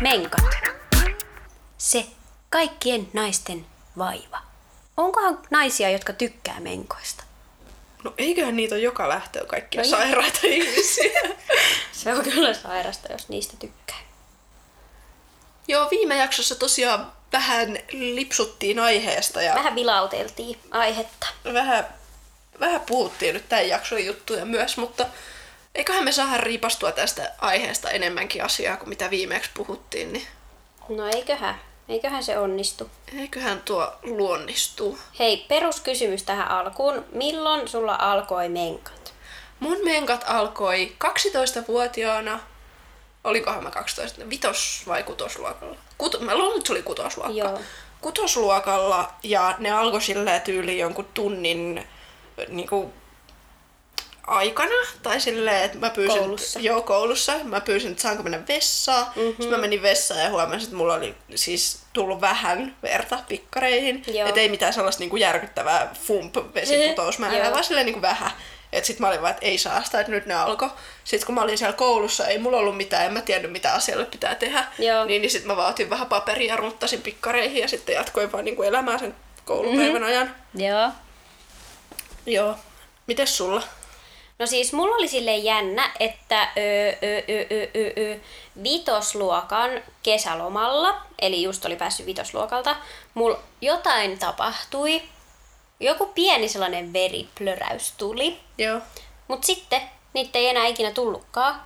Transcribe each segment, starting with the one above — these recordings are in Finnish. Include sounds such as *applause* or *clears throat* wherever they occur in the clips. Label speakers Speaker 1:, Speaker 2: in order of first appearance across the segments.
Speaker 1: Menkat. Se kaikkien naisten vaiva. Onkohan naisia, jotka tykkää menkoista?
Speaker 2: No eiköhän niitä ole joka lähtöä kaikkia
Speaker 1: No
Speaker 2: no
Speaker 1: joo. *laughs*
Speaker 2: sairaita ihmisiä.
Speaker 1: Se on kyllä sairasta, jos niistä tykkää.
Speaker 2: Joo, viime jaksossa tosiaan vähän lipsuttiin aiheesta ja
Speaker 1: Vähän vilauteltiin aihetta.
Speaker 2: vähän, vähän puhuttiin nyt tämän jakson juttuja myös, mutta eiköhän me saada riipastua tästä aiheesta enemmänkin asiaa kuin mitä viimeksi puhuttiin, niin
Speaker 1: No eiköhän. Eiköhän se onnistu.
Speaker 2: eiköhän tuo luonnistuu.
Speaker 1: Hei, peruskysymys tähän alkuun. Milloin sulla alkoi menkat?
Speaker 2: Mun menkat alkoi 12-vuotiaana. Olikohan mä 12? Vitos- vai kutosluokalla? Kut- mä luulen, että se oli kutosluokka.
Speaker 1: Joo.
Speaker 2: Kutosluokalla ja ne alkoi sillä tyyli jonkun tunnin niinku, aikana. Tai silleen, että mä pyysin...
Speaker 1: Koulussa. Mhm.
Speaker 2: Joo, koulussa. Mä pyysin, että saanko mennä vessaan. Mm-hmm. Sitten mä menin vessaan ja huomasin, että mulla oli siis tullut vähän verta pikkareihin.
Speaker 1: Joo.
Speaker 2: Että ei mitään sellaista niinku järkyttävää fump-vesiputousmäärää,
Speaker 1: Joo.
Speaker 2: vaan silleen niinku vähän. Et sit mä olin vaan, että ei saa sitä, että nyt ne alkoi. Sitten kun mä olin siellä koulussa, ei mulla ollut mitään, en mä tiennyt mitä asialle pitää tehdä.
Speaker 1: Joo.
Speaker 2: Niin, niin sit mä vaan otin vähän paperia, runttasin pikkareihin ja sitten jatkoin vaan niinku elämää sen koulupäivän
Speaker 1: Mhm.
Speaker 2: mm-hmm. ajan.
Speaker 1: Joo.
Speaker 2: Joo. Mites sulla?
Speaker 1: No siis mulla oli sille jännä, että ö, ö, ö, ö, ö, ö, vitosluokan kesälomalla, eli just oli päässyt vitosluokalta, mulla jotain tapahtui. Joku pieni sellainen veriplöräys tuli,
Speaker 2: Joo.
Speaker 1: mutta sitten niitä ei enää ikinä tullutkaan.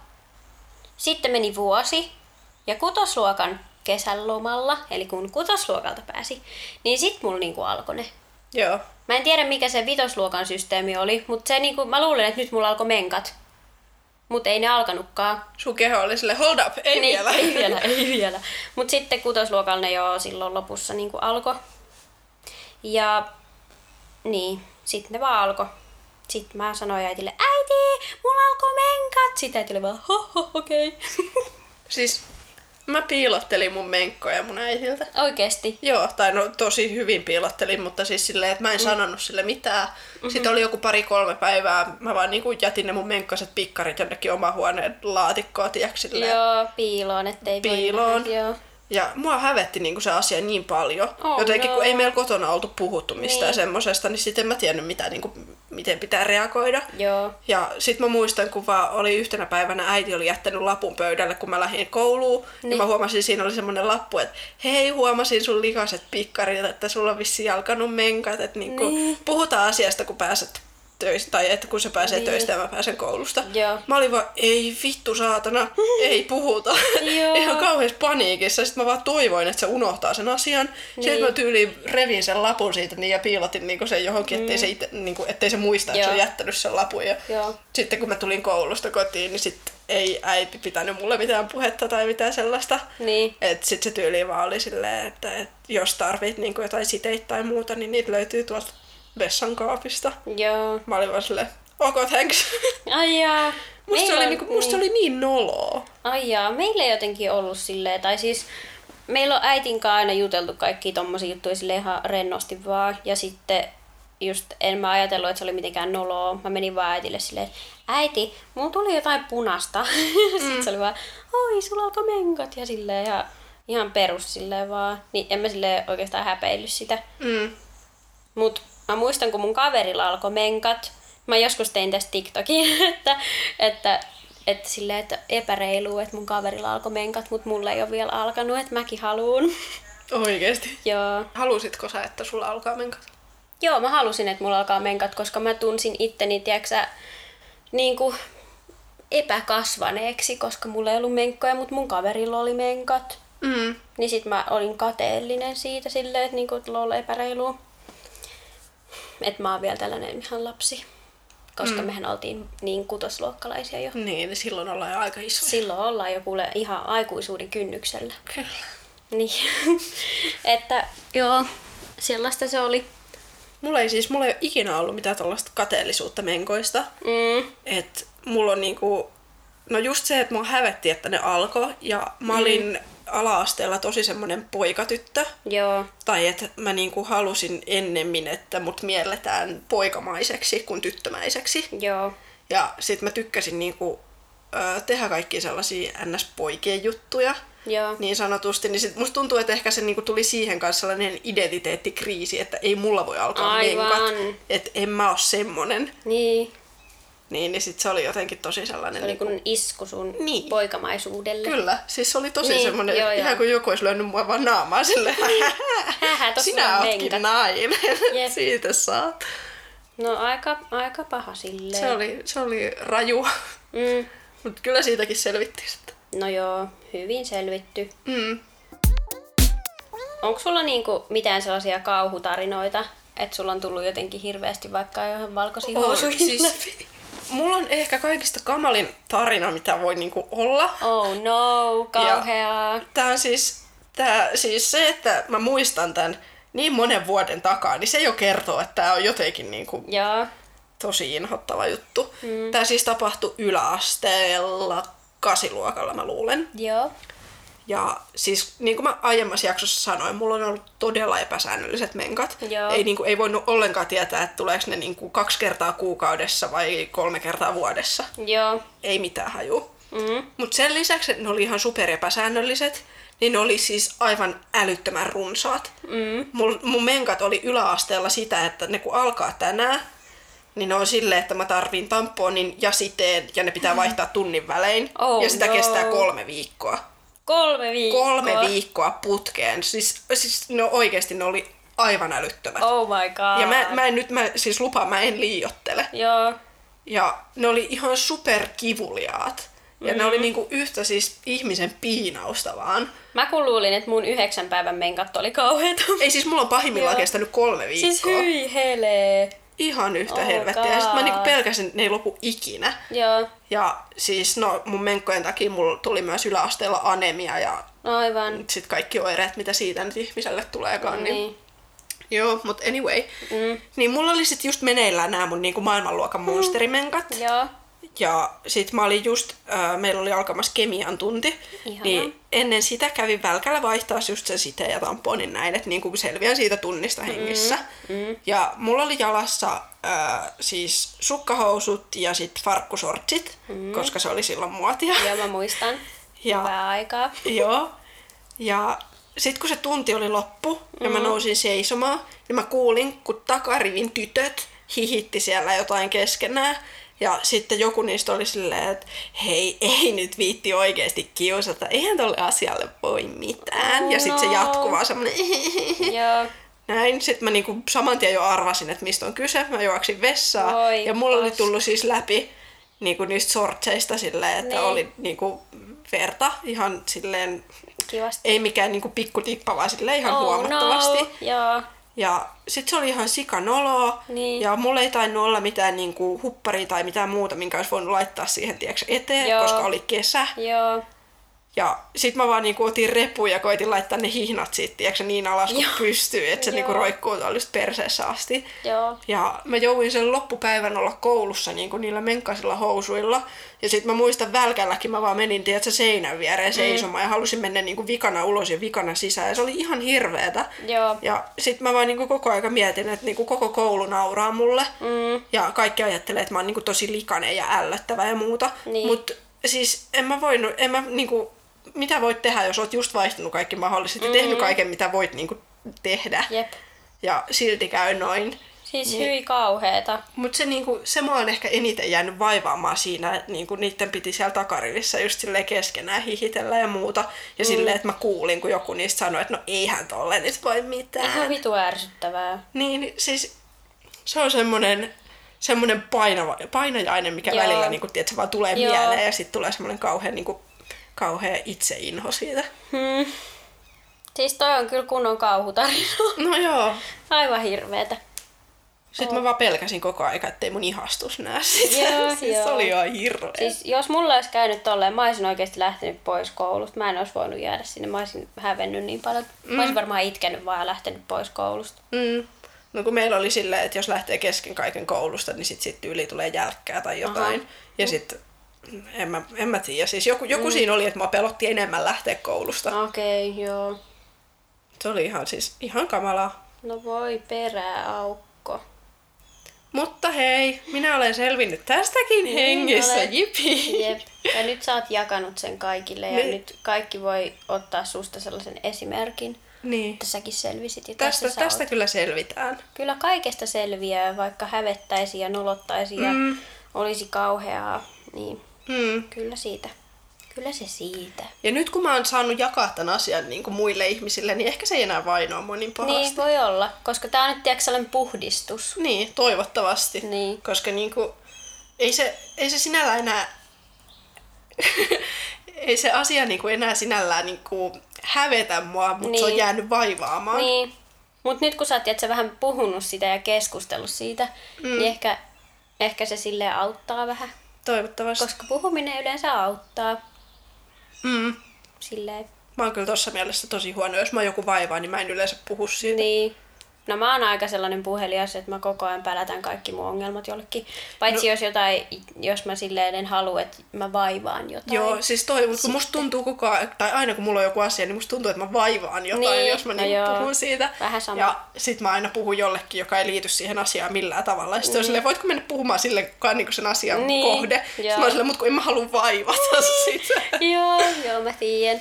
Speaker 1: Sitten meni vuosi ja kutosluokan kesälomalla, eli kun kutosluokalta pääsi, niin sitten mulla niinku alkoi ne
Speaker 2: Joo.
Speaker 1: Mä en tiedä mikä se vitosluokan systeemi oli, mutta se niinku, mä luulen, että nyt mulla alkoi menkat. Mutta ei ne alkanutkaan.
Speaker 2: Sun keho oli sille hold up, ei
Speaker 1: Niin,
Speaker 2: vielä.
Speaker 1: Ei vielä, ei vielä. Mutta sitten kutosluokalla ne jo silloin lopussa niinku alkoi. Ja niin, sitten ne vaan alkoi. Sitten mä sanoin äitille, äiti, mulla alkoi menkat. Sitten äiti oli vaan, ho, ho okei. *laughs* Okay.
Speaker 2: *laughs* Siis mä piilottelin mun menkkoja mun äitiltä.
Speaker 1: Oikeesti.
Speaker 2: Joo, tai no tosi hyvin piilottelin, mutta siis silleen, että mä en mm. sanonut sille mitään. Mm-hmm. Sitten oli joku pari-kolme päivää, mä vaan niinku jätin ne mun menkkaset pikkarit jonnekin oma huoneen laatikkoon, tiiäks, silleen.
Speaker 1: Joo, piiloon, ettei voi
Speaker 2: Piiloon.
Speaker 1: nähdä, Joo.
Speaker 2: Ja mua hävetti niinku se asia niin paljon.
Speaker 1: Oh,
Speaker 2: Jotenkin
Speaker 1: joo.
Speaker 2: kun ei meillä kotona oltu puhuttu mistään
Speaker 1: Niin.
Speaker 2: niin. semmosesta, niin sitten en mä tiennyt mitä, niinku, miten pitää reagoida.
Speaker 1: Joo.
Speaker 2: Ja sit mä muistan, kun vaan oli yhtenä päivänä äiti oli jättänyt lapun pöydälle, kun mä lähdin kouluun. Niin. Ja mä huomasin, siinä oli semmonen lappu, että hei, huomasin sun likaset pikkarit, että sulla on vissiin alkanut menkat. Että niinku,
Speaker 1: Niin.
Speaker 2: niin. puhutaan asiasta, kun pääset töistä, tai että kun se pääsee
Speaker 1: Niin.
Speaker 2: niin. töistä ja mä pääsen koulusta.
Speaker 1: Joo.
Speaker 2: Mä olin vaan, ei
Speaker 1: *laughs*
Speaker 2: vittu saatana, ei puhuta.
Speaker 1: Joo.
Speaker 2: Ihan kauheessa paniikissa. Sitten mä vaan toivoin, että se unohtaa sen asian. Niin.
Speaker 1: Niin.
Speaker 2: Sitten mä tyyliin revin sen lapun siitä niin ja piilotin niinku sen johonkin, ettei, se ite, niinku, ettei se muista, että se
Speaker 1: Mm. Joo.
Speaker 2: on jättänyt sen lapun. Ja
Speaker 1: Joo.
Speaker 2: sitten kun mä tulin koulusta kotiin, niin sit ei äiti pitänyt mulle mitään puhetta tai mitään sellaista.
Speaker 1: Niin.
Speaker 2: Et sit se tyyli vaan oli silleen, että et jos tarvit niinku jotain siteitä tai muuta, niin niitä löytyy tuolta vessankaapista.
Speaker 1: Joo.
Speaker 2: Mä olin vaan silleen, ok thanks. *laughs*
Speaker 1: Ai jaa.
Speaker 2: musta, se
Speaker 1: Meillä
Speaker 2: oli,
Speaker 1: on-
Speaker 2: niinku, musta se oli niin noloa.
Speaker 1: Ai jaa, meillä ei jotenkin ollut silleen, tai siis meillä on äitin kanssa aina juteltu kaikki tommosia juttuja sille ihan rennosti vaan, ja sitten just en mä ajatellut, että se oli mitenkään noloa. Mä menin vaan äitille silleen, äiti, mulla tuli jotain punasta. *laughs* sitten se oli vaan, oi, sulla alkoi menkat ja silleen ihan, ihan perus silleen vaan. Niin en mä silleen oikeastaan häpeillyt sitä.
Speaker 2: Mm.
Speaker 1: Mut mä muistan, kun mun kaverilla alkoi menkat. Mä joskus tein tästä TikTokin, *laughs* että, että, että silleen, että epäreilu, että mun kaverilla alkoi menkat, mut mulla ei ole vielä alkanut, että mäkin haluun. *laughs*
Speaker 2: Oikeesti.
Speaker 1: Joo.
Speaker 2: Halusitko sä, että sulla alkaa menkat?
Speaker 1: Joo, mä halusin, että mulla alkaa menkat, koska mä tunsin itteni, tiiäksä, niinku epäkasvaneeksi, koska mulla ei ollut menkkoja, mutta mun kaverilla oli menkat.
Speaker 2: Mm.
Speaker 1: Niin sit mä olin kateellinen siitä silleen, että niinku, et lol epäreilu. Että mä oon vielä tällainen ihan lapsi. Koska mm. mehän oltiin niin kutosluokkalaisia jo.
Speaker 2: Niin, niin silloin ollaan jo aika iso.
Speaker 1: Silloin ollaan jo kuule ihan aikuisuuden kynnyksellä.
Speaker 2: Kyllä.
Speaker 1: Niin. *laughs* että joo, sellaista se oli.
Speaker 2: Mulla ei siis, mulla ei ole ikinä ollut mitään tällaista kateellisuutta menkoista.
Speaker 1: Mm.
Speaker 2: Et mulla on niinku, no just se, että mua hävetti, että ne alkoi. Ja mä olin ala-asteella tosi semmonen poikatyttö.
Speaker 1: Joo.
Speaker 2: Tai että mä niinku halusin ennemmin, että mut mielletään poikamaiseksi kuin tyttömäiseksi.
Speaker 1: Joo.
Speaker 2: Ja sit mä tykkäsin niinku ö, tehdä kaikki sellaisia ns-poikien juttuja
Speaker 1: Joo.
Speaker 2: niin sanotusti, niin sit musta tuntuu, että ehkä se niinku tuli siihen kanssa sellainen identiteettikriisi, että ei mulla voi alkaa
Speaker 1: Aivan.
Speaker 2: menkat, että en mä oo semmonen.
Speaker 1: Niin.
Speaker 2: Niin, niin sit se oli jotenkin tosi sellainen...
Speaker 1: Se oli
Speaker 2: niinku-
Speaker 1: kun isku sun
Speaker 2: Niin.
Speaker 1: poikamaisuudelle.
Speaker 2: Kyllä, siis se oli tosi
Speaker 1: Niin,
Speaker 2: niin, semmoinen,
Speaker 1: joo,
Speaker 2: joo,
Speaker 1: joo.
Speaker 2: ihan kuin joku olisi lyönyt mua vaan naamaa silleen,
Speaker 1: Hähä, tossa
Speaker 2: sinä
Speaker 1: on
Speaker 2: ootkin
Speaker 1: menkat.
Speaker 2: nainen, *laughs*
Speaker 1: Jep.
Speaker 2: siitä saa.
Speaker 1: No aika, aika paha silleen.
Speaker 2: Se oli, se oli raju,
Speaker 1: Mm.
Speaker 2: mutta kyllä siitäkin selvittiin sitten.
Speaker 1: No joo, hyvin selvitty.
Speaker 2: Mm.
Speaker 1: Onko sulla niinku mitään sellaisia kauhutarinoita, että sulla on tullut jotenkin hirveästi vaikka johon valkoisiin
Speaker 2: On,
Speaker 1: housuihin
Speaker 2: siis-
Speaker 1: läpi?
Speaker 2: Mulla on ehkä kaikista kamalin tarina, mitä voi niinku olla.
Speaker 1: Oh no, kauheaa.
Speaker 2: Tää on siis, tää, siis se, että mä muistan tämän niin monen vuoden takaa, niin se jo kertoo, että tämä on jotenkin niinku
Speaker 1: Joo.
Speaker 2: tosi inhottava juttu. Mm. Tämä siis tapahtui yläasteella, kasiluokalla mä luulen.
Speaker 1: Joo.
Speaker 2: Ja siis niin kuin mä aiemmassa jaksossa sanoin, mulla on ollut todella epäsäännölliset menkat.
Speaker 1: Joo.
Speaker 2: Ei, niin kuin, ei voinut ollenkaan tietää, että tuleeko ne niin kuin, kaksi kertaa kuukaudessa vai kolme kertaa vuodessa.
Speaker 1: Joo.
Speaker 2: Ei mitään haju.
Speaker 1: Mm.
Speaker 2: Mutta sen lisäksi, että ne oli ihan super epäsäännölliset, niin ne oli siis aivan älyttömän runsaat. Mm. Mun, mun menkat oli yläasteella sitä, että ne kun alkaa tänään, niin ne on silleen, että mä tarviin tamponin ja siteen, ja ne pitää vaihtaa tunnin välein.
Speaker 1: Oh
Speaker 2: ja sitä
Speaker 1: no.
Speaker 2: kestää kolme viikkoa
Speaker 1: Kolme viikkoa.
Speaker 2: kolme viikkoa putkeen. Siis, siis no oikeasti ne oli aivan älyttömät.
Speaker 1: Oh my god.
Speaker 2: Ja mä, mä en nyt, mä, siis lupaan, mä en liiottele.
Speaker 1: Joo.
Speaker 2: Ja ne oli ihan superkivuliaat. Ja mm-hmm. ne
Speaker 1: Mhm.
Speaker 2: oli niinku yhtä siis ihmisen piinausta vaan.
Speaker 1: Mä kun luulin, että mun yhdeksän päivän menkat oli kauheeta.
Speaker 2: Ei siis mulla on pahimmillaan
Speaker 1: Joo.
Speaker 2: kestänyt kolme viikkoa.
Speaker 1: *laughs* Siis hyi helee.
Speaker 2: Ihan yhtä
Speaker 1: Oh
Speaker 2: helvettiä. Ja sit mä
Speaker 1: God.
Speaker 2: niinku pelkäsin, että ne ei lopu ikinä.
Speaker 1: Joo.
Speaker 2: Ja siis no mun menkkojen takia mulla tuli myös yläasteella anemia ja
Speaker 1: No Aivan.
Speaker 2: sit kaikki oireet, mitä siitä nyt ihmiselle tuleekaan. Niin.
Speaker 1: Niin.
Speaker 2: Joo, mutta anyway. Mm. Niin mulla oli sit just meneillään nämä mun niinku maailmanluokan
Speaker 1: Hmm.
Speaker 2: monsterimenkat. Mm.
Speaker 1: Joo.
Speaker 2: Ja sit mä olin just, äh, meillä oli alkamassa kemian tunti.
Speaker 1: Ihanaa.
Speaker 2: Niin ennen sitä kävin välkällä vaihtaa just sen siteen ja tamponin näin, että niinku selviän siitä tunnista hengissä. Mm. Mm. Ja mulla oli jalassa äh, siis sukkahousut ja sit farkkusortsit, mm. koska se oli silloin muotia.
Speaker 1: Joo, mä muistan.
Speaker 2: Ja-
Speaker 1: Hyvää
Speaker 2: *laughs*
Speaker 1: aikaa.
Speaker 2: Joo. Ja sitten kun se tunti oli loppu mm. ja mä nousin seisomaan, niin mä kuulin, kun takarivin tytöt hihitti siellä jotain keskenään. Ja sitten joku niistä oli silleen, että hei, ei nyt viitti oikeasti kiusata, eihän tolle asialle voi mitään. Ja sitten se
Speaker 1: No.
Speaker 2: jatkuu vaan semmonen *laughs*
Speaker 1: Joo.
Speaker 2: näin. Sitten mä niinku saman tien jo arvasin, että mistä on kyse. Mä juoksin vessaan
Speaker 1: Voi
Speaker 2: ja mulla oli
Speaker 1: paska.
Speaker 2: tullut siis läpi niinku niistä sortseista silleen, että
Speaker 1: Niin.
Speaker 2: oli niinku verta ihan silleen
Speaker 1: Kivasti.
Speaker 2: ei mikään niinku pikkutikka, vaan silleen ihan oh, huomattavasti. No.
Speaker 1: No. Joo.
Speaker 2: Ja sit se oli ihan sikanoloa.
Speaker 1: Niin.
Speaker 2: Ja mulla ei tainnut olla mitään niinku hupparia tai mitään muuta, minkä olisi voinut laittaa siihen tieks eteen,
Speaker 1: Joo.
Speaker 2: Joo. koska oli kesä.
Speaker 1: Joo.
Speaker 2: Ja sit mä vaan niinku otin repun ja koitin laittaa ne hihnat siitä, tieks, niin alas kuin
Speaker 1: Joo.
Speaker 2: pystyy, että se
Speaker 1: Joo.
Speaker 2: niinku roikkuu tuolla perseessä asti.
Speaker 1: Joo.
Speaker 2: Ja mä jouduin sen loppupäivän olla koulussa niin kuin niillä menkkaisilla housuilla. Ja sit mä muistan välkälläkin, mä vaan menin tiedätkö, seinän
Speaker 1: Mm.
Speaker 2: viereen seisomaan ja halusin mennä niin kuin vikana ulos ja vikana sisään. Ja se oli ihan hirveetä.
Speaker 1: Joo.
Speaker 2: Ja sit mä vaan niin kuin koko aika mietin, että niin kuin koko koulu nauraa mulle.
Speaker 1: Mm.
Speaker 2: Ja kaikki ajattelee, että mä oon niin kuin tosi likainen ja ällöttävä ja muuta.
Speaker 1: Niin.
Speaker 2: Mut siis en mä voinut, en mä niin kuin, mitä voit tehdä, jos oot just vaihtanut kaikki mahdolliset ja tehnyt kaiken, mitä voit niin kuin tehdä.
Speaker 1: Mm. Jep.
Speaker 2: Ja silti käy noin.
Speaker 1: Siis niin. hyi kauheeta.
Speaker 2: Mutta se, niinku, se mua on ehkä eniten jäänyt vaivaamaan siinä, että niinku, niiden piti siellä takarivissä just silleen keskenään hihitellä ja muuta. Ja mm. silleen, että mä kuulin, kun joku niistä sanoi, että no eihän tolle nyt voi
Speaker 1: Ihan
Speaker 2: mitään.
Speaker 1: vitu ärsyttävää.
Speaker 2: niin siis se on semmoinen semmoinen painava, painajainen, mikä
Speaker 1: Joo.
Speaker 2: Joo. välillä niinku, tiedätkö, vaan tulee
Speaker 1: Joo.
Speaker 2: Joo. mieleen ja sitten tulee semmoinen kauhean, niinku, kauhea itseinho siitä.
Speaker 1: Hmm. Siis toi on kyllä kunnon kauhutarina. *laughs*
Speaker 2: No joo.
Speaker 1: Aivan hirveetä.
Speaker 2: Sitten mä vaan pelkäsin koko aika, ettei mun ihastus näe sitä.
Speaker 1: Oh. Joo,
Speaker 2: *laughs* siis
Speaker 1: joo.
Speaker 2: se oli ihan hirveä.
Speaker 1: Siis jos mulla olisi käynyt tolleen, mä olisin oikeasti lähtenyt pois koulusta. Mä en olisi voinut jäädä sinne. Mä olisin hävennyt niin paljon. Mä olisin varmaan itkenyt vaan ja lähtenyt pois koulusta.
Speaker 2: Mm. No kun meillä oli silleen, että jos lähtee kesken kaiken koulusta, niin sitten sit tyyli tulee jälkkää tai jotain.
Speaker 1: Aha.
Speaker 2: Aha. Ja sitten, en mä, en mä tiedä, siis joku, joku mm. siinä oli, että mä pelotti enemmän lähteä
Speaker 1: No.
Speaker 2: koulusta.
Speaker 1: Okei, okay, joo.
Speaker 2: Se oli ihan siis, ihan kamalaa.
Speaker 1: No voi perää aukko.
Speaker 2: Mutta hei, minä olen selvinnyt tästäkin niin hengissä,
Speaker 1: olet.
Speaker 2: jipi.
Speaker 1: Jep. Ja nyt sä oot jakanut sen kaikille ja
Speaker 2: Niin.
Speaker 1: nyt kaikki voi ottaa susta sellaisen esimerkin.
Speaker 2: Niin.
Speaker 1: Että säkin selvisit ja
Speaker 2: Tästä,
Speaker 1: tässä sä
Speaker 2: tästä
Speaker 1: oot.
Speaker 2: kyllä selvitään.
Speaker 1: Kyllä kaikesta selviää, vaikka hävettäisi ja nolottaisi ja
Speaker 2: Mm.
Speaker 1: olisi kauheaa. Niin
Speaker 2: Mm.
Speaker 1: kyllä siitä. Kyllä se siitä. Niin,
Speaker 2: Ja nyt kun mä oon saanut jakaa tämän asian niin kuin muille ihmisille, niin ehkä se ei enää vainoa mua niin pahasti.
Speaker 1: Niin voi olla, koska tää on nyt tiedätkö sellainen puhdistus.
Speaker 2: Niin, toivottavasti.
Speaker 1: Niin.
Speaker 2: Koska niinku, ei se, ei se sinällään
Speaker 1: *laughs*
Speaker 2: enää, ei se asia niinku enää sinällään niinku hävetä mua, mutta niin. se on
Speaker 1: Niin.
Speaker 2: jäänyt vaivaamaan.
Speaker 1: Niin. Mut nyt kun sä oot tiedätkö, vähän puhunut sitä ja keskustellut siitä, mm. niin ehkä, ehkä se silleen auttaa vähän.
Speaker 2: Toivottavasti.
Speaker 1: Koska puhuminen yleensä auttaa.
Speaker 2: Mm.
Speaker 1: Silleen.
Speaker 2: Mä oon kyllä tossa mielessä tosi huono. Jos mä oon joku vaivaa, niin mä en yleensä puhu siitä.
Speaker 1: Niin. No mä oon aika sellainen puhelias, että mä koko ajan pälätän kaikki mun ongelmat jollekin. Paitsi no. jos jotain, jos mä silleen en halua, että mä vaivaan jotain.
Speaker 2: Joo,
Speaker 1: *laughs*
Speaker 2: siis toi, mutta kun musta tuntuu koko ajan, tai aina kun mulla on joku asia, niin musta tuntuu, että mä vaivaan jotain,
Speaker 1: Niin,
Speaker 2: jos mä
Speaker 1: no
Speaker 2: niin
Speaker 1: joo.
Speaker 2: puhun siitä.
Speaker 1: Vähän sama.
Speaker 2: Ja sit mä aina puhun jollekin, joka ei liity siihen asiaan millään tavalla. Ja sit mm. on silleen, voitko mennä puhumaan sille, joka on niinku sen asian
Speaker 1: Niin,
Speaker 2: kohde. Sit
Speaker 1: joo.
Speaker 2: mä oon silleen, mut kun en mä halua vaivata niin. *laughs* sitä.
Speaker 1: joo, joo, mä tiedän.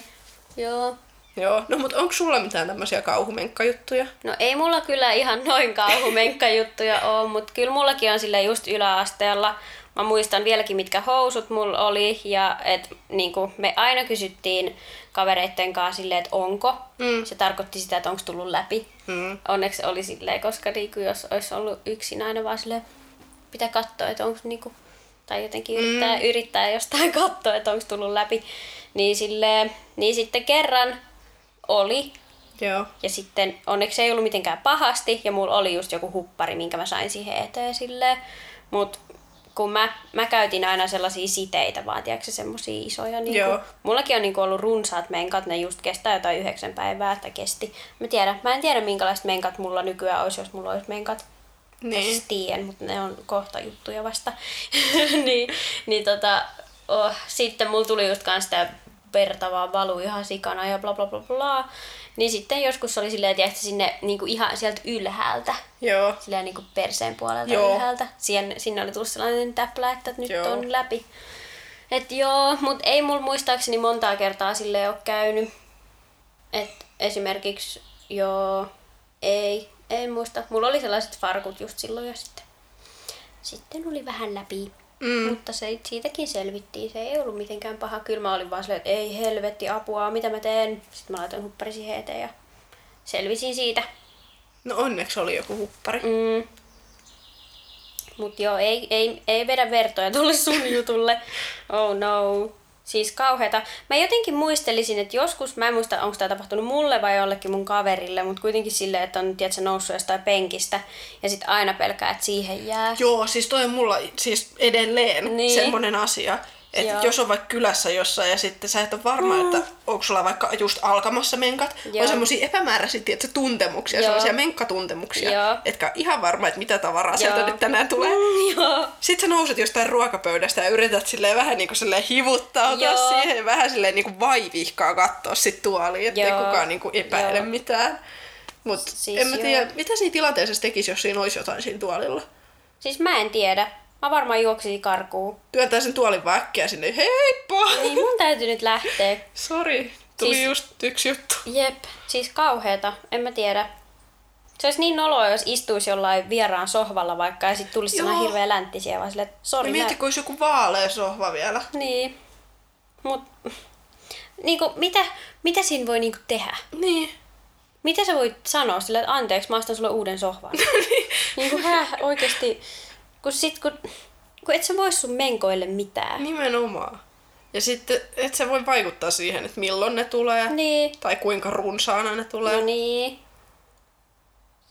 Speaker 1: Joo.
Speaker 2: joo, no mut onko sulla mitään tämmöisiä kauhumenkkajuttuja?
Speaker 1: No ei mulla kyllä ihan noin *laughs* kauhumenkkajuttuja oo, mutta kyllä mullakin on sille just yläasteella. Mä muistan vieläkin, mitkä housut mulla oli ja et, niinku, me aina kysyttiin kavereitten kanssa silleen, että onko. Mm. Se tarkoitti sitä, että onko tullut läpi.
Speaker 2: Mm.
Speaker 1: Onneksi oli silleen, koska niinku, jos olisi ollut yksin aina vaan silleen, pitää katsoa, että onko niinku, tai jotenkin yrittää, mm. yrittää jostain *laughs* katsoa, että onko tullut läpi. Niin, silleen, niin sitten kerran oli
Speaker 2: Joo.
Speaker 1: ja sitten onneksi se ei ollut mitenkään pahasti ja mulla oli just joku huppari, minkä mä sain siihen eteen silleen. Mut kun mä, mä käytin aina sellaisia siteitä, vaan tiedätkö semmosia isoja. Niin
Speaker 2: Joo.
Speaker 1: kun, mullakin on niin ollut runsaat menkat, ne just kestää jotain yhdeksän päivää, että kesti. Mä, tiedän, mä en tiedä minkälaiset menkat mulla nykyään olisi, jos mulla olisi menkat. Niin.
Speaker 2: Niin.
Speaker 1: Siis tiedän, mutta ne on kohta juttuja vasta. *laughs* niin, niin tota, oh. Sitten mulla tuli just kans sitä verta vaan valuu ihan sikana ja bla bla bla bla. Niin sitten joskus oli silleen, että sinne niinku ihan sieltä ylhäältä,
Speaker 2: Joo.
Speaker 1: silleen niinku perseen puolelta
Speaker 2: Joo.
Speaker 1: joo. ylhäältä. Siihen, sinne oli tullut sellainen täplä, että nyt
Speaker 2: Joo.
Speaker 1: joo. on läpi. Et joo, mut ei mulla muistaakseni montaa kertaa silleen ole käynyt. Et esimerkiksi, joo, ei, en muista. Mulla oli sellaiset farkut just silloin ja sitten, sitten oli vähän läpi. Mm. Mutta se, siitäkin selvittiin. Se ei ollut mitenkään paha. Kyllä mä olin vaan silleen, että ei helvetti apua, mitä mä teen. Sitten mä laitoin huppari siihen eteen ja selvisin siitä.
Speaker 2: No onneksi oli joku huppari. Mm.
Speaker 1: Mm. Mut joo, ei, ei, ei vedä vertoja tuolle sun jutulle. Oh no. Siis kauheeta. Mä jotenkin muistelisin, että joskus, mä en muista, onko tämä tapahtunut mulle vai jollekin mun kaverille, mutta kuitenkin silleen, että on tiedätkö, noussut jostain penkistä ja sit aina pelkää, että siihen jää.
Speaker 2: Joo, siis toi on mulla siis edelleen niin.
Speaker 1: Niin.
Speaker 2: semmonen asia, että
Speaker 1: Joo.
Speaker 2: jos on vaikka kylässä jossain ja sitten sä et ole varma, mm. että onko sulla vaikka just alkamassa menkat, Joo. on
Speaker 1: Joo.
Speaker 2: semmoisia epämääräisiä tiedätkö, tuntemuksia,
Speaker 1: Joo.
Speaker 2: semmoisia menkkatuntemuksia,
Speaker 1: Joo.
Speaker 2: etkä ole ihan varma, että mitä tavaraa Joo. sieltä
Speaker 1: Joo.
Speaker 2: nyt tänään tulee.
Speaker 1: *laughs* Joo.
Speaker 2: Sitten sä nouset jostain ruokapöydästä ja yrität silleen vähän niin kuin silleen hivuttautua Joo.
Speaker 1: Joo.
Speaker 2: siihen ja vähän silleen niin kuin vaivihkaa katsoa sit tuoliin, ettei Joo.
Speaker 1: Joo.
Speaker 2: kukaan niin kuin epäile Joo.
Speaker 1: Joo.
Speaker 2: mitään. Mutta siis
Speaker 1: Siis
Speaker 2: en mä
Speaker 1: joo.
Speaker 2: tiedä, mitä siinä tilanteessa tekisi, jos siinä olisi jotain siinä tuolilla?
Speaker 1: Siis mä en tiedä. Mä varmaan juoksisin karkuun.
Speaker 2: työntää sen tuolin vaan äkkiä sinne, heippa!
Speaker 1: Ei, mun täytyy nyt lähteä.
Speaker 2: Sori, tuli Niin. siis...
Speaker 1: Siis-
Speaker 2: just yksi juttu.
Speaker 1: Jep, siis kauheeta, en mä tiedä. Se olisi niin noloa, jos istuisi jollain vieraan sohvalla vaikka ja sitten tulisi
Speaker 2: Joo.
Speaker 1: sellainen hirveä läntti siellä, vaan silleen, että
Speaker 2: No
Speaker 1: sori,
Speaker 2: mieti,
Speaker 1: mä...
Speaker 2: kun olisi joku vaalea sohva vielä.
Speaker 1: Niin. Mut, niinku, mitä, mitä siinä voi niinku tehdä?
Speaker 2: Niin.
Speaker 1: Mitä sä voit sanoa sille, että anteeksi, mä ostan sulle uuden
Speaker 2: *laughs*
Speaker 1: sohvan?
Speaker 2: No niin.
Speaker 1: niinku, häh, oikeesti. Kun sit, kun, kun et sä voi sun menkoille mitään.
Speaker 2: Nimenomaan. Ja sitten, et sä voi vaikuttaa siihen, että milloin ne tulee.
Speaker 1: Niin.
Speaker 2: Tai kuinka runsaana ne tulee.
Speaker 1: No niin.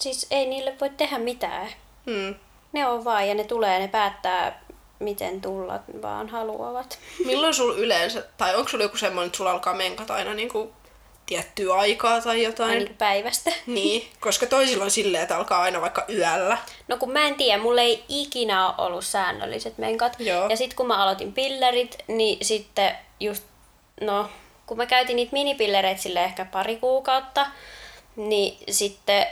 Speaker 1: Siis ei niille voi tehdä mitään.
Speaker 2: Hmm.
Speaker 1: Ne on vaan ja ne tulee, ne päättää miten tulla vaan haluavat.
Speaker 2: Milloin sul yleensä, tai onko sulla joku semmoinen, että sulla alkaa menkat aina niinku tiettyä aikaa tai jotain?
Speaker 1: Niin päivästä.
Speaker 2: Niin, koska toisilla on silleen, että alkaa aina vaikka yöllä.
Speaker 1: No kun mä en tiedä, mulla ei ikinä ole ollut säännölliset menkat.
Speaker 2: Joo.
Speaker 1: Ja sitten kun mä aloitin pillerit, niin sitten just, no kun mä käytin niitä minipillereitä sille ehkä pari kuukautta, niin sitten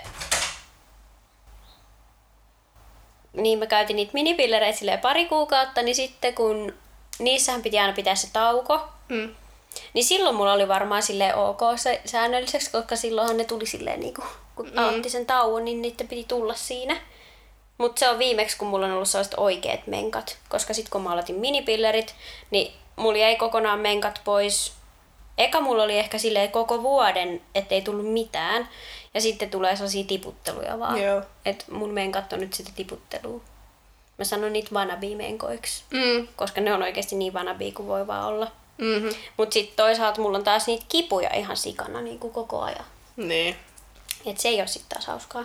Speaker 1: niin mä käytin niitä minipillereitä silleen pari kuukautta, niin sitten kun niissähän piti aina pitää se tauko,
Speaker 2: Mm.
Speaker 1: niin silloin mulla oli varmaan sille ok se säännölliseksi, koska silloinhan ne tuli silleen niinku, kun mm. otti sen tauon, niin niiden piti tulla siinä. Mutta se on viimeksi, kun mulla on ollut sellaiset oikeat menkat. Koska sitten kun mä aloitin minipillerit, niin mulla jäi kokonaan menkat pois. Eka mulla oli ehkä silleen koko vuoden, ettei tullut mitään. Ja sitten tulee sellaisia tiputteluja vaan.
Speaker 2: Joo.
Speaker 1: Et mun menkat on nyt sitä tiputtelua. Mä sanon niitä wannabe-menkoiksi.
Speaker 2: Mm.
Speaker 1: Koska ne on oikeasti niin wannabe kuin voi vaan olla.
Speaker 2: Mm-hmm.
Speaker 1: Mutta sitten toisaalta mulla on taas niitä kipuja ihan sikana niin kuin koko ajan.
Speaker 2: Niin.
Speaker 1: Et se ei ole sitten taas hauskaa.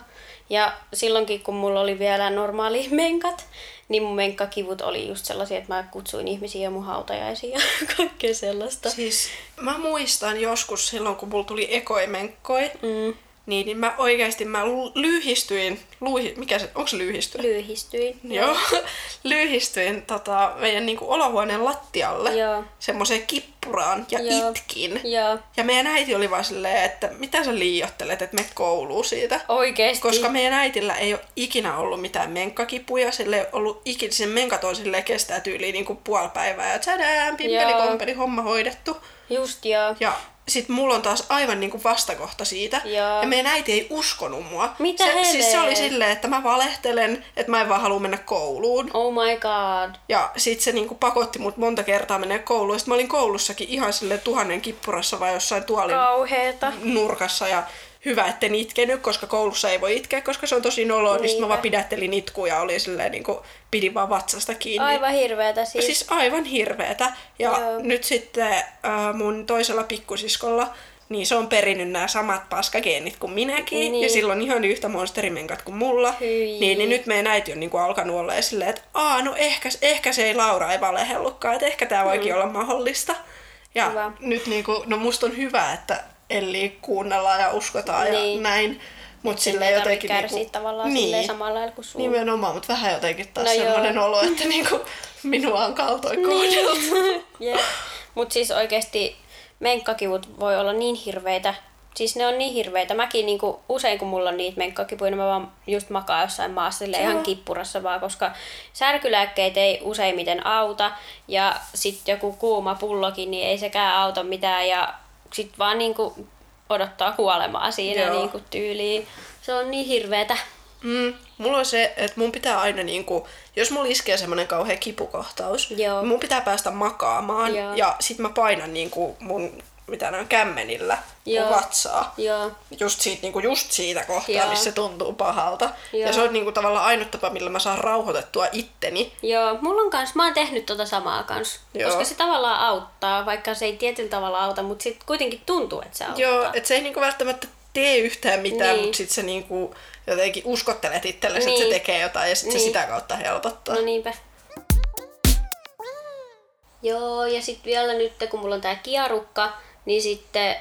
Speaker 1: Ja silloinkin, kun mulla oli vielä normaali *laughs* menkat, niin mun menkkakivut oli just sellaisia, että mä kutsuin ihmisiä mun hautajaisiin ja *laughs* kaikkea sellaista.
Speaker 2: Siis mä muistan joskus silloin, kun mulla tuli ekoimenkkoi,
Speaker 1: Mm,
Speaker 2: niin, niin mä oikeasti mä lu- lyhistyin, luihi, mikä se, onko se lyhisty?
Speaker 1: lyhistyin.
Speaker 2: Joo. *laughs* lyhistyin tota, meidän niinku olohuoneen lattialle
Speaker 1: Joo.
Speaker 2: semmoiseen kippuraan ja
Speaker 1: Joo.
Speaker 2: itkin.
Speaker 1: Joo.
Speaker 2: Ja meidän äiti oli vaan silleen, että mitä sä liiottelet, että me kouluun siitä.
Speaker 1: Oikeesti.
Speaker 2: Koska meidän äitillä ei ole ikinä ollut mitään menkkakipuja, sille ei ollut ikinä, sen menkat on sille kestää tyyliin niin kuin puoli päivää ja tsadään, pimpeli,
Speaker 1: Joo.
Speaker 2: pompeli, homma hoidettu.
Speaker 1: Just joo.
Speaker 2: Ja sit mulla on taas aivan niin kuin vastakohta siitä.
Speaker 1: Joo.
Speaker 2: Ja meidän äiti ei uskonut mua.
Speaker 1: Mitä
Speaker 2: se, siis se oli
Speaker 1: helveet?
Speaker 2: silleen, että mä valehtelen, että mä en vaan halua mennä kouluun.
Speaker 1: Oh my god.
Speaker 2: Ja sit se niinku pakotti mut monta kertaa menee kouluun. Sitten mä olin koulussakin ihan sille tuhannen kippurassa vai jossain tuolin
Speaker 1: Kauheeta.
Speaker 2: nurkassa ja hyvä, etten itkenyt, koska koulussa ei voi itkeä, koska se on tosi noloa, niin sit mä
Speaker 1: Niinpä.
Speaker 2: vaan pidättelin itkua ja oli silleen niinku, pidin vaan vatsasta kiinni.
Speaker 1: Aivan hirveetä siis.
Speaker 2: Siis aivan hirveetä. Ja
Speaker 1: Joo.
Speaker 2: nyt sitten äh, mun toisella pikkusiskolla, niin se on perinnyt nämä samat paskageenit kuin minäkin.
Speaker 1: Niin.
Speaker 2: Ja silloin ihan yhtä monsterimenkat kuin mulla.
Speaker 1: Hyi.
Speaker 2: Niin, niin nyt meidän äiti on niinku alkanut olla silleen, että Aa, no ehkä, ehkä se ei Laura ei valehellutkaan, että ehkä tämä voikin olla mahdollista. Ja
Speaker 1: Mm. Hyvä.
Speaker 2: nyt niinku, no musta on hyvä, että Elli kuunnellaan ja uskotaan ja
Speaker 1: Niin.
Speaker 2: näin. Mutta
Speaker 1: Sille
Speaker 2: sille
Speaker 1: ei tarvitse
Speaker 2: jotenkin...
Speaker 1: kärsiä niinku... tavallaan niin. silleen samalla lailla kuin sun.
Speaker 2: Nimenomaan, mutta vähän jotenkin taas
Speaker 1: No
Speaker 2: no
Speaker 1: joo. Niin.
Speaker 2: semmoinen olo, että niinku, minua on kaltoin kohdeltu.
Speaker 1: *laughs* Jep. Mut siis oikeesti menkkakivut voi olla niin hirveitä. Siis ne on niin hirveitä. Mäkin niinku, usein kun mulla on niitä menkkakipuja, niin mä vaan just makaan jossain maassa sille ihan kippurassa vaan, koska särkylääkkeet ei useimmiten auta. Ja sit joku kuuma pullokin, niin ei sekään auta mitään. Ja sit vaan niinku odottaa kuolemaa siinä
Speaker 2: Joo.
Speaker 1: niinku tyyliin. Se on niin hirveetä.
Speaker 2: Mm, mulla on se, että mun pitää aina niinku, jos mulla iskee semmoinen kauhea kipukohtaus,
Speaker 1: Joo.
Speaker 2: niin mun pitää päästä makaamaan
Speaker 1: Joo.
Speaker 2: ja sit mä painan niinku mun, mitä ne on, kämmenillä mun
Speaker 1: Joo.
Speaker 2: vatsaa.
Speaker 1: Joo.
Speaker 2: Just siitä, niinku just siitä kohtaa,
Speaker 1: Joo.
Speaker 2: missä se tuntuu pahalta. Ja
Speaker 1: Joo.
Speaker 2: se on niinku tavallaan ainut tapa, millä mä saan rauhoitettua itteni.
Speaker 1: Joo, mulla on kans, mä oon tehnyt tota samaa kans.
Speaker 2: Joo.
Speaker 1: Joo. Koska se tavallaan auttaa, vaikka se ei tietyllä tavalla auta, mutta sit kuitenkin tuntuu, että se auttaa.
Speaker 2: Joo, että se ei niinku välttämättä tee yhtään mitään,
Speaker 1: Niin.
Speaker 2: mutta sit se niinku jotenkin uskottelet itsellesi, että
Speaker 1: Niin.
Speaker 2: se tekee jotain ja sit se
Speaker 1: Niin.
Speaker 2: sitä kautta helpottaa.
Speaker 1: No niinpä. Joo, ja sitten vielä nyt, kun mulla on tää kiarukka, niin sitten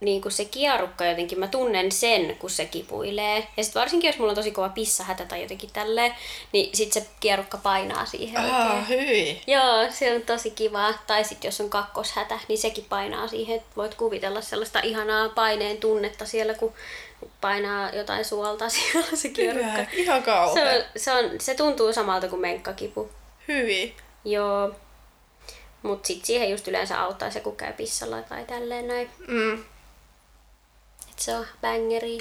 Speaker 1: niin kun se kiarukka jotenkin, mä tunnen sen, kun se kipuilee. Ja sitten varsinkin, jos mulla on tosi kova pissahätä tai jotenkin tälleen, niin sitten se kiarukka painaa siihen oikein.
Speaker 2: Ah, hyi.
Speaker 1: Joo, se on tosi kivaa. Tai sitten jos on kakkoshätä, niin sekin painaa siihen. että Voit kuvitella sellaista ihanaa paineen tunnetta siellä, kun painaa jotain suolta *laughs* siellä se kierrukka.
Speaker 2: Hyvä. Ihan kauhea.
Speaker 1: Se, on, se, on, se tuntuu samalta kuin menkkakipu.
Speaker 2: Hyi.
Speaker 1: Joo. Mut sit siihen just yleensä auttaa se, kun käy pissalla tai tälleen näin.
Speaker 2: Mm.
Speaker 1: Et se on bangeri.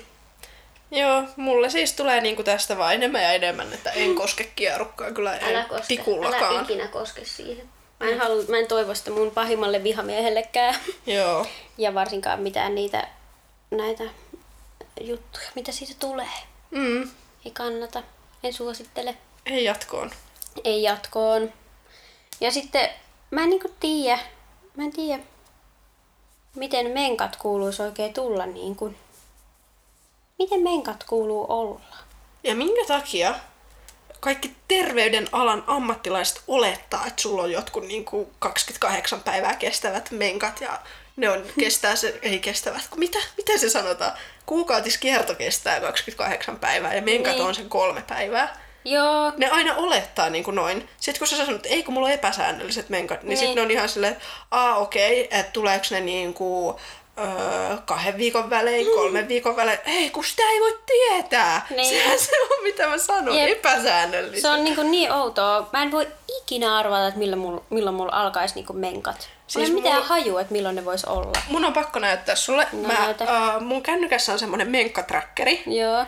Speaker 2: Joo, mulle siis tulee niinku tästä vaan enemmän ja enemmän, että en koske kierukkaa kyllä
Speaker 1: Mm. Älä
Speaker 2: en
Speaker 1: koske.
Speaker 2: pikullakaan.
Speaker 1: Älä ikinä koske siihen. Mä en, halu, mä en toivo sitä mun pahimmalle vihamiehellekään. *laughs*
Speaker 2: Joo.
Speaker 1: Ja varsinkaan mitään niitä näitä juttuja, mitä siitä tulee.
Speaker 2: Mm.
Speaker 1: Ei kannata. En suosittele.
Speaker 2: Ei jatkoon.
Speaker 1: Ei jatkoon. Ja sitten mä en niinku tiedä, mä en tiedä, miten menkat kuuluisi oikein tulla niinku. Miten menkat kuuluu olla?
Speaker 2: Ja minkä takia kaikki terveydenalan ammattilaiset olettaa, että sulla on jotkut niinku 28 päivää kestävät menkat ja ne on, kestää se, ei kestävät, kun mitä, mitä se sanotaan? Kuukautiskierto kestää 28 päivää ja menkat
Speaker 1: Niin.
Speaker 2: on sen kolme päivää.
Speaker 1: Joo,
Speaker 2: ne aina olettaa niin kuin noin. Sitten kun sä sanot, että ei kun mulla on epäsäännölliset menkat, niin, niin.
Speaker 1: Niin.
Speaker 2: sitten ne on ihan silleen, että aa okei, että tuleeko ne niin kuin öö, kahden viikon välein, kolmen viikon välein. Ei, kun sitä ei voi tietää.
Speaker 1: Mm. Niin.
Speaker 2: Niin. Sehän se on, mitä mä sanon,
Speaker 1: Jep.
Speaker 2: Jep. epäsäännöllistä.
Speaker 1: Se on niin, kuin niin outoa. Mä en voi ikinä arvata, että milloin mulla, milloin mulla alkaisi niin kuin menkat. Siis
Speaker 2: Siis
Speaker 1: Olen mitään
Speaker 2: mulla-
Speaker 1: hajua, että milloin ne vois olla.
Speaker 2: Mun on pakko näyttää sulle.
Speaker 1: No,
Speaker 2: No, mä,
Speaker 1: näytä.
Speaker 2: öö, mun kännykässä on semmonen menkkatrakkeri.
Speaker 1: Joo.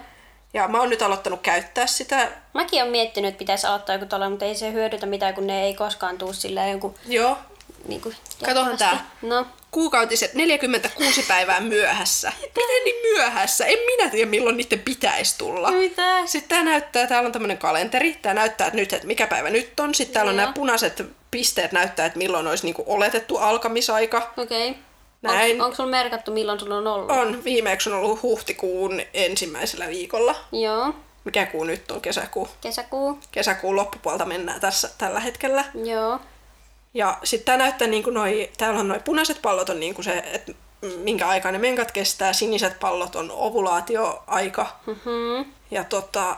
Speaker 2: Ja mä oon nyt aloittanut käyttää sitä.
Speaker 1: Mäkin olen miettinyt, että pitäisi aloittaa joku tolla, mutta ei se hyödytä mitään, kun ne ei koskaan tuu silleen joku...
Speaker 2: Joo.
Speaker 1: Niin kuin,
Speaker 2: Katohan tää.
Speaker 1: No,
Speaker 2: Kuukautiset 46 päivää myöhässä. Miten niin myöhässä? En minä tiedä, milloin niiden pitäisi tulla.
Speaker 1: mitä?
Speaker 2: Sitten tää näyttää, täällä on tämmönen kalenteri. Tää näyttää että nyt, että mikä päivä nyt on. Sitten täällä on
Speaker 1: Joo.
Speaker 2: nämä punaiset pisteet näyttää, että milloin olisi niinku oletettu alkamisaika.
Speaker 1: Okei. Okay.
Speaker 2: Näin. Ah.
Speaker 1: Onko, onko sulla merkattu, milloin sulla on ollut?
Speaker 2: On viimeksi on ollut huhtikuun ensimmäisellä viikolla.
Speaker 1: Joo.
Speaker 2: Mikä kuu nyt on? Kesäkuu.
Speaker 1: Kesäkuu.
Speaker 2: Kesäkuun loppupuolta mennään tässä tällä hetkellä.
Speaker 1: Joo.
Speaker 2: Ja sitten tämä näyttää, niin kuin noi, täällä on noin punaiset pallot on niin kuin se, että minkä aikaa ne menkat kestää, siniset pallot on ovulaatioaika.
Speaker 1: Mhm.
Speaker 2: Ja tota,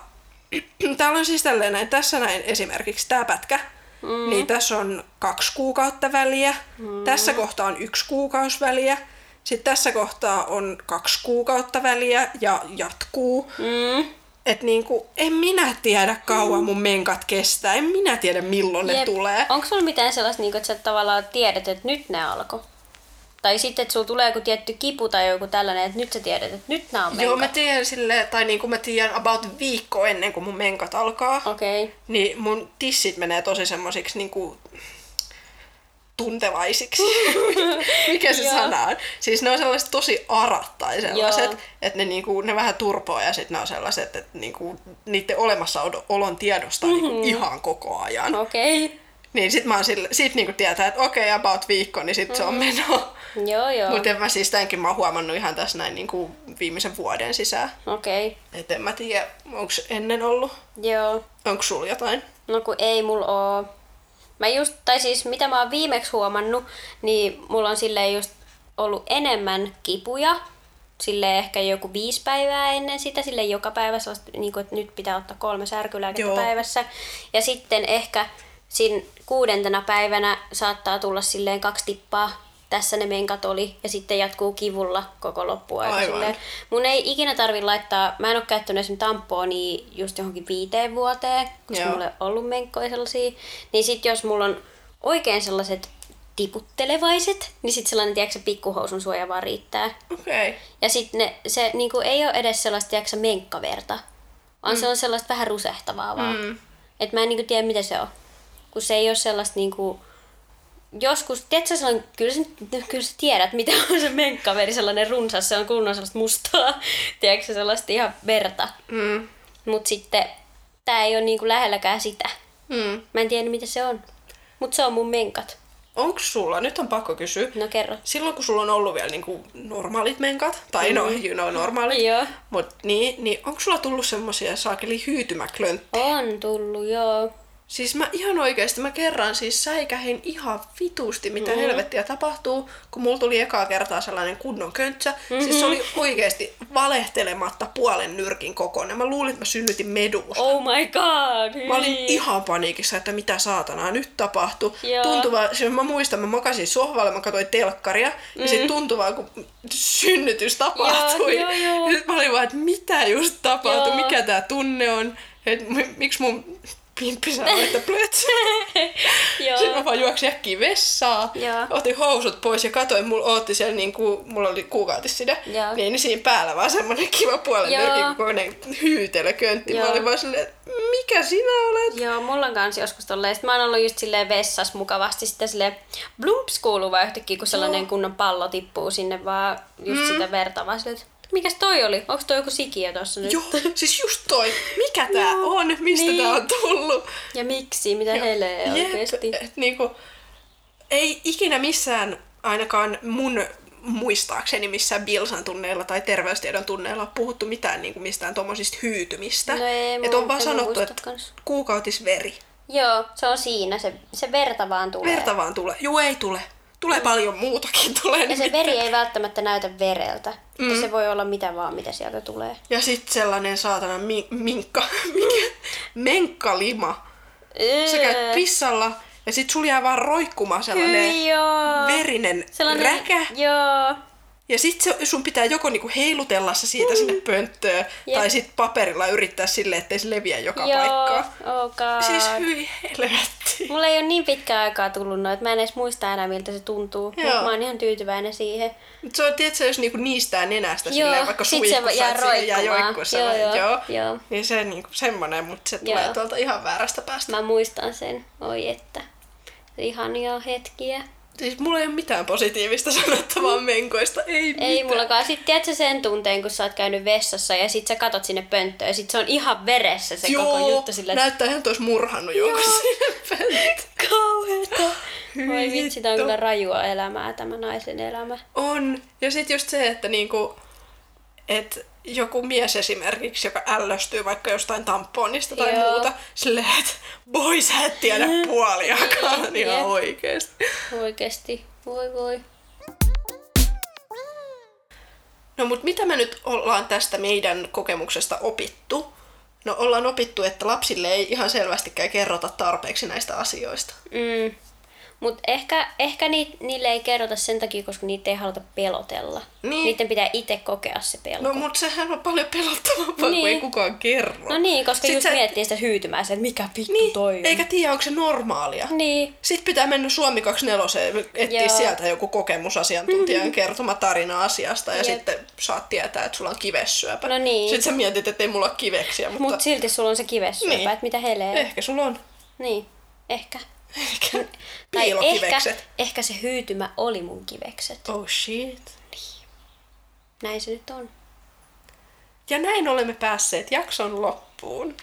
Speaker 2: *clears throat* täällä on siis tälleen näin, tässä näin esimerkiksi tämä pätkä, mm. niin tässä on kaksi kuukautta väliä, mm. tässä kohtaa on yksi kuukausi väliä, sitten tässä kohtaa on kaksi kuukautta väliä ja jatkuu.
Speaker 1: Mm.
Speaker 2: Et niinku, en minä tiedä kauan mun menkat kestää, en minä tiedä milloin ne tulee.
Speaker 1: Onko sulla mitään sellaista, niin kuin, että sä tavallaan tiedät, että nyt ne alkoi? Tai sitten, että sulla tulee joku tietty kipu tai joku tällainen, että nyt sä tiedät, että nyt nämä on
Speaker 2: Joo, mä
Speaker 1: menkat.
Speaker 2: tiedän sille, tai niin kuin mä tiedän about viikko ennen kuin mun menkat alkaa, oh.
Speaker 1: Okei. Okay.
Speaker 2: niin mun tissit menee tosi semmosiksi niin kuin
Speaker 1: *laughs*
Speaker 2: tuntevaisiksi. Mikä se
Speaker 1: Joo.
Speaker 2: sana on? Siis ne on sellaiset tosi arat tai
Speaker 1: Joo.
Speaker 2: sellaiset, että ne, niinku, ne vähän turpoa ja sitten ne on sellaiset, että niinku, niiden olemassaolon tiedostaa mm-hmm. niinku ihan koko ajan.
Speaker 1: Okei. Okay.
Speaker 2: Niin sit mä oon sille, sit niinku tietää, että okei, okay, about viikko, niin sit mm-hmm. se on meno.
Speaker 1: Joo, joo.
Speaker 2: Mutta mä siis tämänkin mä oon huomannut ihan tässä näin niinku viimeisen vuoden sisään.
Speaker 1: Okei. Okay.
Speaker 2: Et en mä tiedä, onko ennen ollut.
Speaker 1: Joo.
Speaker 2: Onko sulla jotain?
Speaker 1: No kun ei mulla oo. Mä just, tai siis mitä mä oon viimeksi huomannut, niin mulla on silleen just ollut enemmän kipuja. Sille ehkä joku viisi päivää ennen sitä, sille joka päivä sellaista, niin kuin, että nyt pitää ottaa kolme särkylääkettä
Speaker 2: Joo.
Speaker 1: päivässä. Ja sitten ehkä siinä kuudentena päivänä saattaa tulla silleen kaksi tippaa. Tässä ne menkat oli ja sitten jatkuu kivulla koko loppuaika.
Speaker 2: Aivan.
Speaker 1: silleen. Mun ei ikinä tarvi laittaa, mä en ole käyttänyt esimerkiksi tampoonia just johonkin viiteen vuoteen, koska
Speaker 2: Joo.
Speaker 1: mulla ei ollut menkkoja sellaisia. Niin sit jos mulla on oikein sellaiset tiputtelevaiset, niin sit sellainen, tiedätkö, se pikkuhousun suoja vaan riittää.
Speaker 2: Okei. Okay.
Speaker 1: Ja sit ne, se niinku, ei ole edes sellaista, tiedätkö, menkkaverta, vaan mm. se on sellaista vähän rusehtavaa vaan. Mm. Et mä en niinku tiedä, mitä se on. Kun se ei ole sellaista niinku, joskus, tiedätkö sellainen, kyllä sä, no, kyllä sä tiedät, mitä on se menkkaveri, sellainen runsas, se on kunnon sellaista mustaa, *laughs* tiedätkö sellaista ihan verta.
Speaker 2: Mm.
Speaker 1: Mut sitten tää ei ole niinku lähelläkään sitä.
Speaker 2: Mm.
Speaker 1: Mä en tiedä, mitä se on. Mut se on mun menkat.
Speaker 2: Onko sulla, nyt on pakko kysyä,
Speaker 1: No kerro.
Speaker 2: silloin kun sulla on ollut vielä niinku normaalit menkat, tai no, you know, normaalit,
Speaker 1: Joo.
Speaker 2: mut niin, niin onko sulla tullut semmosia saakeli hyytymäklönttä?
Speaker 1: On tullut, joo.
Speaker 2: Siis mä ihan oikeesti, mä kerran siis säikähin ihan vitusti, mitä mm. helvettiä tapahtuu, kun mulla tuli ekaa kertaa sellainen kunnon köntsä. Mm-hmm. Siis se oli oikeesti valehtelematta puolen nyrkin kokoinen. Mä luulin, että mä synnytin meduusa.
Speaker 1: Oh my god.
Speaker 2: Mä olin
Speaker 1: hyi.
Speaker 2: ihan paniikissa, että mitä saatanaa nyt tapahtuu.
Speaker 1: Niin. Joo.
Speaker 2: Tuntuvaa, siis mä muistan, mä makasin sohvalla, mä katsoin telkkaria, mm. ja sit tuntuvaa, kun synnytys tapahtui.
Speaker 1: joo, joo.
Speaker 2: Ja sit mä olin vaan, että mitä just tapahtui,
Speaker 1: Joo.
Speaker 2: mikä tää tunne on, että m- miksi mun pimppi sanoo, että plötsä. Sitten
Speaker 1: *laughs* Joo.
Speaker 2: mä vaan juoksin äkkiä vessaan,
Speaker 1: Joo.
Speaker 2: otin housut pois ja katsoin, mulla ootti siellä, niin kuin, mulla oli kuukautissida,
Speaker 1: Joo.
Speaker 2: niin siinä päällä vaan semmonen kiva puolen
Speaker 1: Joo.
Speaker 2: nyrkin kokoinen hyytelököntti. Mä
Speaker 1: Joo.
Speaker 2: olin vaan silleen, että mikä sinä olet?
Speaker 1: Joo, mulla on kans joskus tolleen. Sitten mä oon ollut just silleen vessas mukavasti. Sitten silleen blumps kuuluu vaan yhtäkkiä, kun sellainen kunnon pallo tippuu sinne vaan just mm. sitä verta vaan silleen, että mikäs toi oli? Onko toi joku sikiö tossa nyt?
Speaker 2: Joo, siis just toi. Mikä tää
Speaker 1: Joo.
Speaker 2: on? Mistä
Speaker 1: Niin.
Speaker 2: niin. tää on tullut?
Speaker 1: Ja miksi? Mitä helee oikeesti?
Speaker 2: et niinku, ei ikinä missään, ainakaan mun muistaakseni missään Bilsan tunneilla tai terveystiedon tunneilla ole puhuttu mitään niin kuin mistään tuommoisista hyytymistä.
Speaker 1: No ei,
Speaker 2: et
Speaker 1: mulla-
Speaker 2: on vaan
Speaker 1: en mä
Speaker 2: sanottu,
Speaker 1: muista
Speaker 2: että
Speaker 1: kans.
Speaker 2: kuukautisveri.
Speaker 1: Joo, se on siinä. Se, se verta vaan tulee. Mm.
Speaker 2: Verta vaan tulee. Juu, ei tule. Tulee paljon muutakin. Tulee
Speaker 1: Ja se
Speaker 2: nimittäin.
Speaker 1: veri ei välttämättä näytä vereltä. Mm. Se voi olla mitä vaan, mitä sieltä tulee.
Speaker 2: ja sitten sellainen saatana mi- minkka, mikä,
Speaker 1: Mm.
Speaker 2: menkkalima. Sä
Speaker 1: Öö,
Speaker 2: käyt pissalla ja sit sulla jää vaan roikkumaan sellainen
Speaker 1: Hyi, joo.
Speaker 2: verinen Sellainen... räkä.
Speaker 1: Joo.
Speaker 2: Ja sit se, sun pitää joko niinku heilutella se siitä sinne pönttöön,
Speaker 1: Mm. Jep.
Speaker 2: tai sit paperilla yrittää sille, ettei se leviä joka
Speaker 1: Joo,
Speaker 2: paikkaan.
Speaker 1: oh god.
Speaker 2: Siis hyi helvetti.
Speaker 1: Mulla ei ole niin pitkään aikaa tullut noita, mä en edes muista enää miltä se tuntuu, mutta
Speaker 2: Joo.
Speaker 1: mä oon ihan tyytyväinen siihen.
Speaker 2: Mut se on, tiedätkö, jos niinku niistää nenästä
Speaker 1: Joo,
Speaker 2: silleen, vaikka
Speaker 1: sit se
Speaker 2: suihkussa,
Speaker 1: jää
Speaker 2: että siihen jää
Speaker 1: roikkumaan.
Speaker 2: joikkuu
Speaker 1: Joo,
Speaker 2: sellainen, joo,
Speaker 1: joo,
Speaker 2: joo.
Speaker 1: joo.
Speaker 2: Niin se niinku semmonen, mutta se
Speaker 1: Joo.
Speaker 2: tulee tuolta ihan väärästä päästä.
Speaker 1: Mä muistan sen, oi että. Ihania hetkiä.
Speaker 2: Siis mulla ei ole mitään positiivista sanottavaa menkoista, ei, ei
Speaker 1: Ei
Speaker 2: mitään.
Speaker 1: mullakaan. Sitten tiedätkö sen tunteen, kun sä oot käynyt vessassa ja sit sä katot sinne pönttöön ja sit se on ihan veressä se
Speaker 2: Joo,
Speaker 1: koko juttu silleen, että
Speaker 2: näyttää ihan tuossa murhannut jonkun sinne *laughs* pönttöön.
Speaker 1: kauheeta. Voi
Speaker 2: Hyi
Speaker 1: vitsi, tää on
Speaker 2: hitto.
Speaker 1: kyllä rajua elämää, tämä naisen elämä.
Speaker 2: On. Ja sitten just se, että niinku, et joku mies esimerkiksi, joka ällöstyy vaikka jostain tamponista tai
Speaker 1: Joo.
Speaker 2: muuta, silleen, että boy, sä et tiedä puoliakaan ihan
Speaker 1: Jep.
Speaker 2: oikeesti.
Speaker 1: Oikeesti. Voi voi.
Speaker 2: No mut mitä me nyt ollaan tästä meidän kokemuksesta opittu? No ollaan opittu, että lapsille ei ihan selvästikään kerrota tarpeeksi näistä asioista.
Speaker 1: Mm. Mutta ehkä, ehkä ni, niille ei kerrota sen takia, koska niitä ei haluta pelotella.
Speaker 2: Niin.
Speaker 1: Niiden pitää itse kokea se pelko.
Speaker 2: No mut sehän on paljon pelottavampaa, niin. kun
Speaker 1: Niin.
Speaker 2: ei kukaan kerro.
Speaker 1: no niin, koska
Speaker 2: Sit
Speaker 1: just
Speaker 2: sä-
Speaker 1: miettii sitä hyytymää, että mikä vittu
Speaker 2: niin,
Speaker 1: toi on.
Speaker 2: eikä tiedä, onko se normaalia.
Speaker 1: Niin.
Speaker 2: Sitten pitää mennä Suomi 24 etsiä
Speaker 1: Joo.
Speaker 2: sieltä joku *laughs* kokemusasiantuntijan kertoma tarina asiasta ja
Speaker 1: Jep.
Speaker 2: sitten saat tietää, että sulla on kivessyöpä.
Speaker 1: No niin.
Speaker 2: Sitten sä mietit, että ei mulla ole kiveksiä, mutta
Speaker 1: Mutta silti sulla on se kivessyöpä,
Speaker 2: Niin.
Speaker 1: niin. että mitä helee.
Speaker 2: ehkä sulla on.
Speaker 1: Niin, ehkä.
Speaker 2: Ehkä.
Speaker 1: Tai ehkä,
Speaker 2: Piilokivekset.
Speaker 1: ehkä se hyytymä oli mun kivekset.
Speaker 2: Oh shit.
Speaker 1: Näin se nyt on.
Speaker 2: Ja näin olemme päässeet jakson loppuun.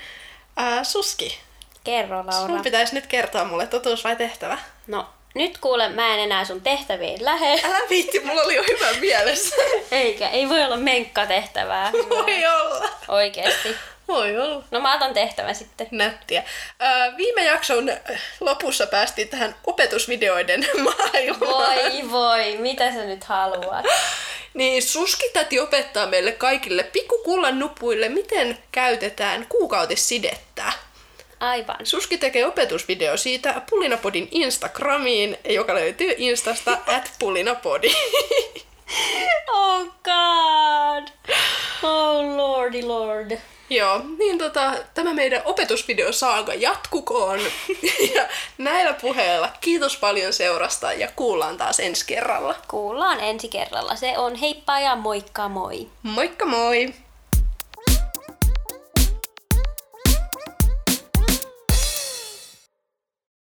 Speaker 2: Ää, Suski,
Speaker 1: Kerro, Laura.
Speaker 2: sun pitäisi nyt kertoa mulle totuus vai tehtävä?
Speaker 1: No, nyt kuule, mä en enää sun tehtäviin
Speaker 2: *laughs*
Speaker 1: lähe.
Speaker 2: Älä viitti, mulla oli jo hyvä mielessä.
Speaker 1: Eikä, ei voi olla menkkatehtävää.
Speaker 2: *laughs* Voi olla.
Speaker 1: Oikeesti.
Speaker 2: Voi olla.
Speaker 1: No mä otan tehtävän sitten.
Speaker 2: *laughs* Nättiä. Ää, viime jakson lopussa päästiin tähän opetusvideoiden *laughs* maailmaan.
Speaker 1: Voi voi, mitä sä nyt haluat?
Speaker 2: Niin suskitati opettaa meille kaikille pikkukullan nupuille, miten käytetään kuukautissidettä.
Speaker 1: Aivan.
Speaker 2: Suski tekee opetusvideo siitä Pulinapodin Instagramiin, joka löytyy Instasta at pulinapodi.
Speaker 1: Oh god. Oh lordy lord.
Speaker 2: Joo, niin tota, tämä meidän opetusvideo saaga jatkukoon. ja näillä puheilla kiitos paljon seurasta ja kuullaan taas ensi kerralla.
Speaker 1: Kuullaan ensi kerralla. Se on heippa ja moikka moi.
Speaker 2: Moikka moi!